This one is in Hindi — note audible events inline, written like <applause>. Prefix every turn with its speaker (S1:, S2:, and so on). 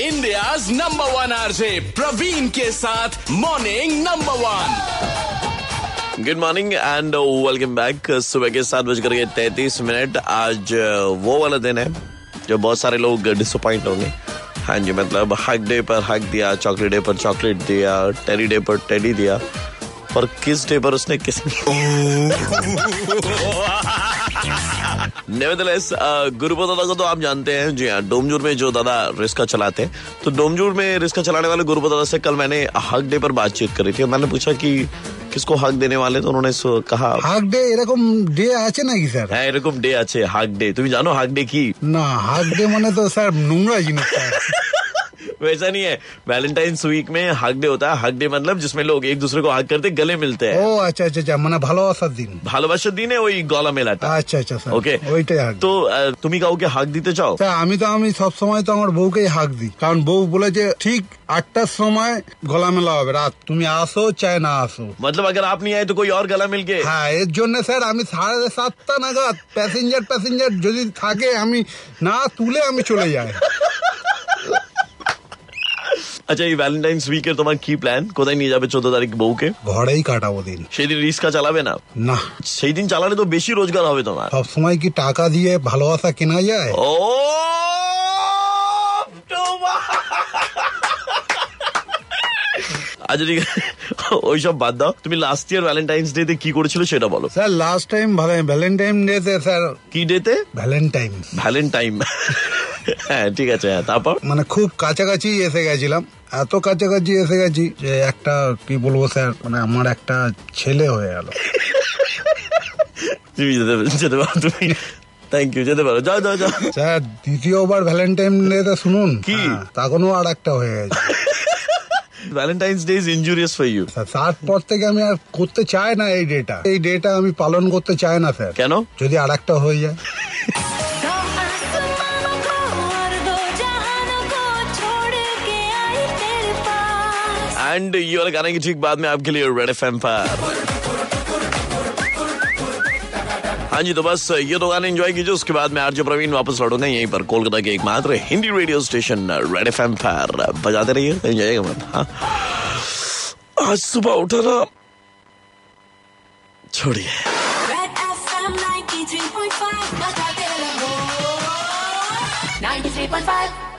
S1: आज नंबर वन आरजे प्रवीण के साथ morning number one
S2: good morning and welcome back Uh, सुबह के सात बजकर के तैतीस मिनट आज uh, वो वाला दिन है जो बहुत सारे लोग डिसअपॉइंट होंगे हाँ जी मतलब हक डे पर हक दिया चॉकलेट डे पर चॉकलेट दिया टेरी डे पर टेरी दिया पर किस डे पर उसने किस नेवरदलेस गुरुपद दादा को तो आप जानते हैं जी हाँ डोमजूर में जो दादा रिस्का चलाते हैं तो डोमजूर में रिस्का चलाने वाले गुरुपद दादा से कल मैंने हक डे पर बातचीत करी थी और मैंने पूछा कि किसको हक देने वाले तो उन्होंने सो- कहा
S3: হাক ডে এরকম ডে আছে নাকি স্যার
S2: হ্যাঁ এরকম ডে আছে হাক ডে তুমি জানো হাক ডে কি
S3: না হাক ডে মানে তো স্যার নোংরা জিনিস
S2: <laughs>
S3: স্যার।
S2: वैसा नहीं है वैलेंटाइंस वीक में हक डे होता है हक डे मतलब जिसमें लोग एक दूसरे को हक करते गले मिलते हैं
S3: ও আচ্ছা আচ্ছা আচ্ছা মানে ভালোবাসার দিন
S2: ভালোবাসার দিনে ওই গলা মেলাটা
S3: আচ্ছা আচ্ছা স্যার
S2: ওকে
S3: ওইটাই হাক
S2: তো আহ, তুমি কাউকে হাক দিতে চাও
S3: স্যার আমি তো আমি সব সময় তো আমার বউকেই হাক দিই কারণ বউ বলেছে ঠিক আটটার সময় গলা মেলা হবে রাত তুমি আসো চাই না আসো
S2: मतलब अगर आप नहीं आए तो कोई और गला मिल के
S3: হ্যাঁ এর জন্য স্যার আমি সাড়ে সাতটা নাগাদ প্যাসেঞ্জার প্যাসেঞ্জার যদি থাকে আমি না তুলে আমি চলে যাই
S2: আচ্ছা এই ভ্যালেন্টাইন্স উইকের তোমার কি প্ল্যান কোথায় নিয়ে যাবে চোদ্দ তারিখ বউকে
S3: ঘরেই কাটাবো দিন
S2: সেদিন রিক্সা চালাবে না
S3: না
S2: সেই দিন চালালে তো বেশি রোজগার হবে তোমার
S3: সব সময় কি টাকা দিয়ে ভালোবাসা কেনা যায়
S2: ও <laughs> তোমার! আচ্ছা ঠিক আছে <laughs> ওইসব বাদ দাও তুমি লাস্ট ইয়ার ভ্যালেন্টাইন্স ডে তে কি করেছিল সেটা বলো
S3: sir last time Valentine day তে স্যার
S2: কি ডেতে
S3: ভ্যালেন্টাইন
S2: ভ্যালেন্টাইন হ্যাঁ ঠিক আছে হ্যাঁ তারপর
S3: মানে খুব কাছাকাছি এসে গেছিলাম এত কাছাকাছি এসে গেছি যে একটা কি বলবো স্যার মানে আমার একটা ছেলে হয়ে গেল
S2: তুমি যেতে যেতে পারো তুমি থ্যাংক ইউ যেতে পারো যাও যাও যাও
S3: স্যার দ্বিতীয়বার ভ্যালেন্টাইন ডে তে শুনুন
S2: কি?
S3: হ্যাঁ, তখনও আর একটা হয়ে গেছে
S2: Valentine's day is injurious for you
S3: sir তারপর থেকে আমি আর করতে চাই না এই ডেটা এই ডেটা আমি পালন করতে চাই না স্যার
S2: কেন
S3: যদি আর একটা হয়ে যায়
S4: दो आसमानों को और दो जहानों को छोड़ के आई तेरे पास
S2: एंड ये वाला गाने की ठीक बाद में आपके लिए रेड एफ पर हाँ जी तो बस ये दो गाने एंजॉय कीजिए उसके बाद मैं आरजे प्रवीण वापस लौटूंगा यहीं पर कोलकाता के एकमात्र Hindi radio station red F पर बजाते रहिए एंजॉय मत हाँ आज सुबह उठा ना छोड़िए
S4: Red FM 93.5 बताते रहो 93.5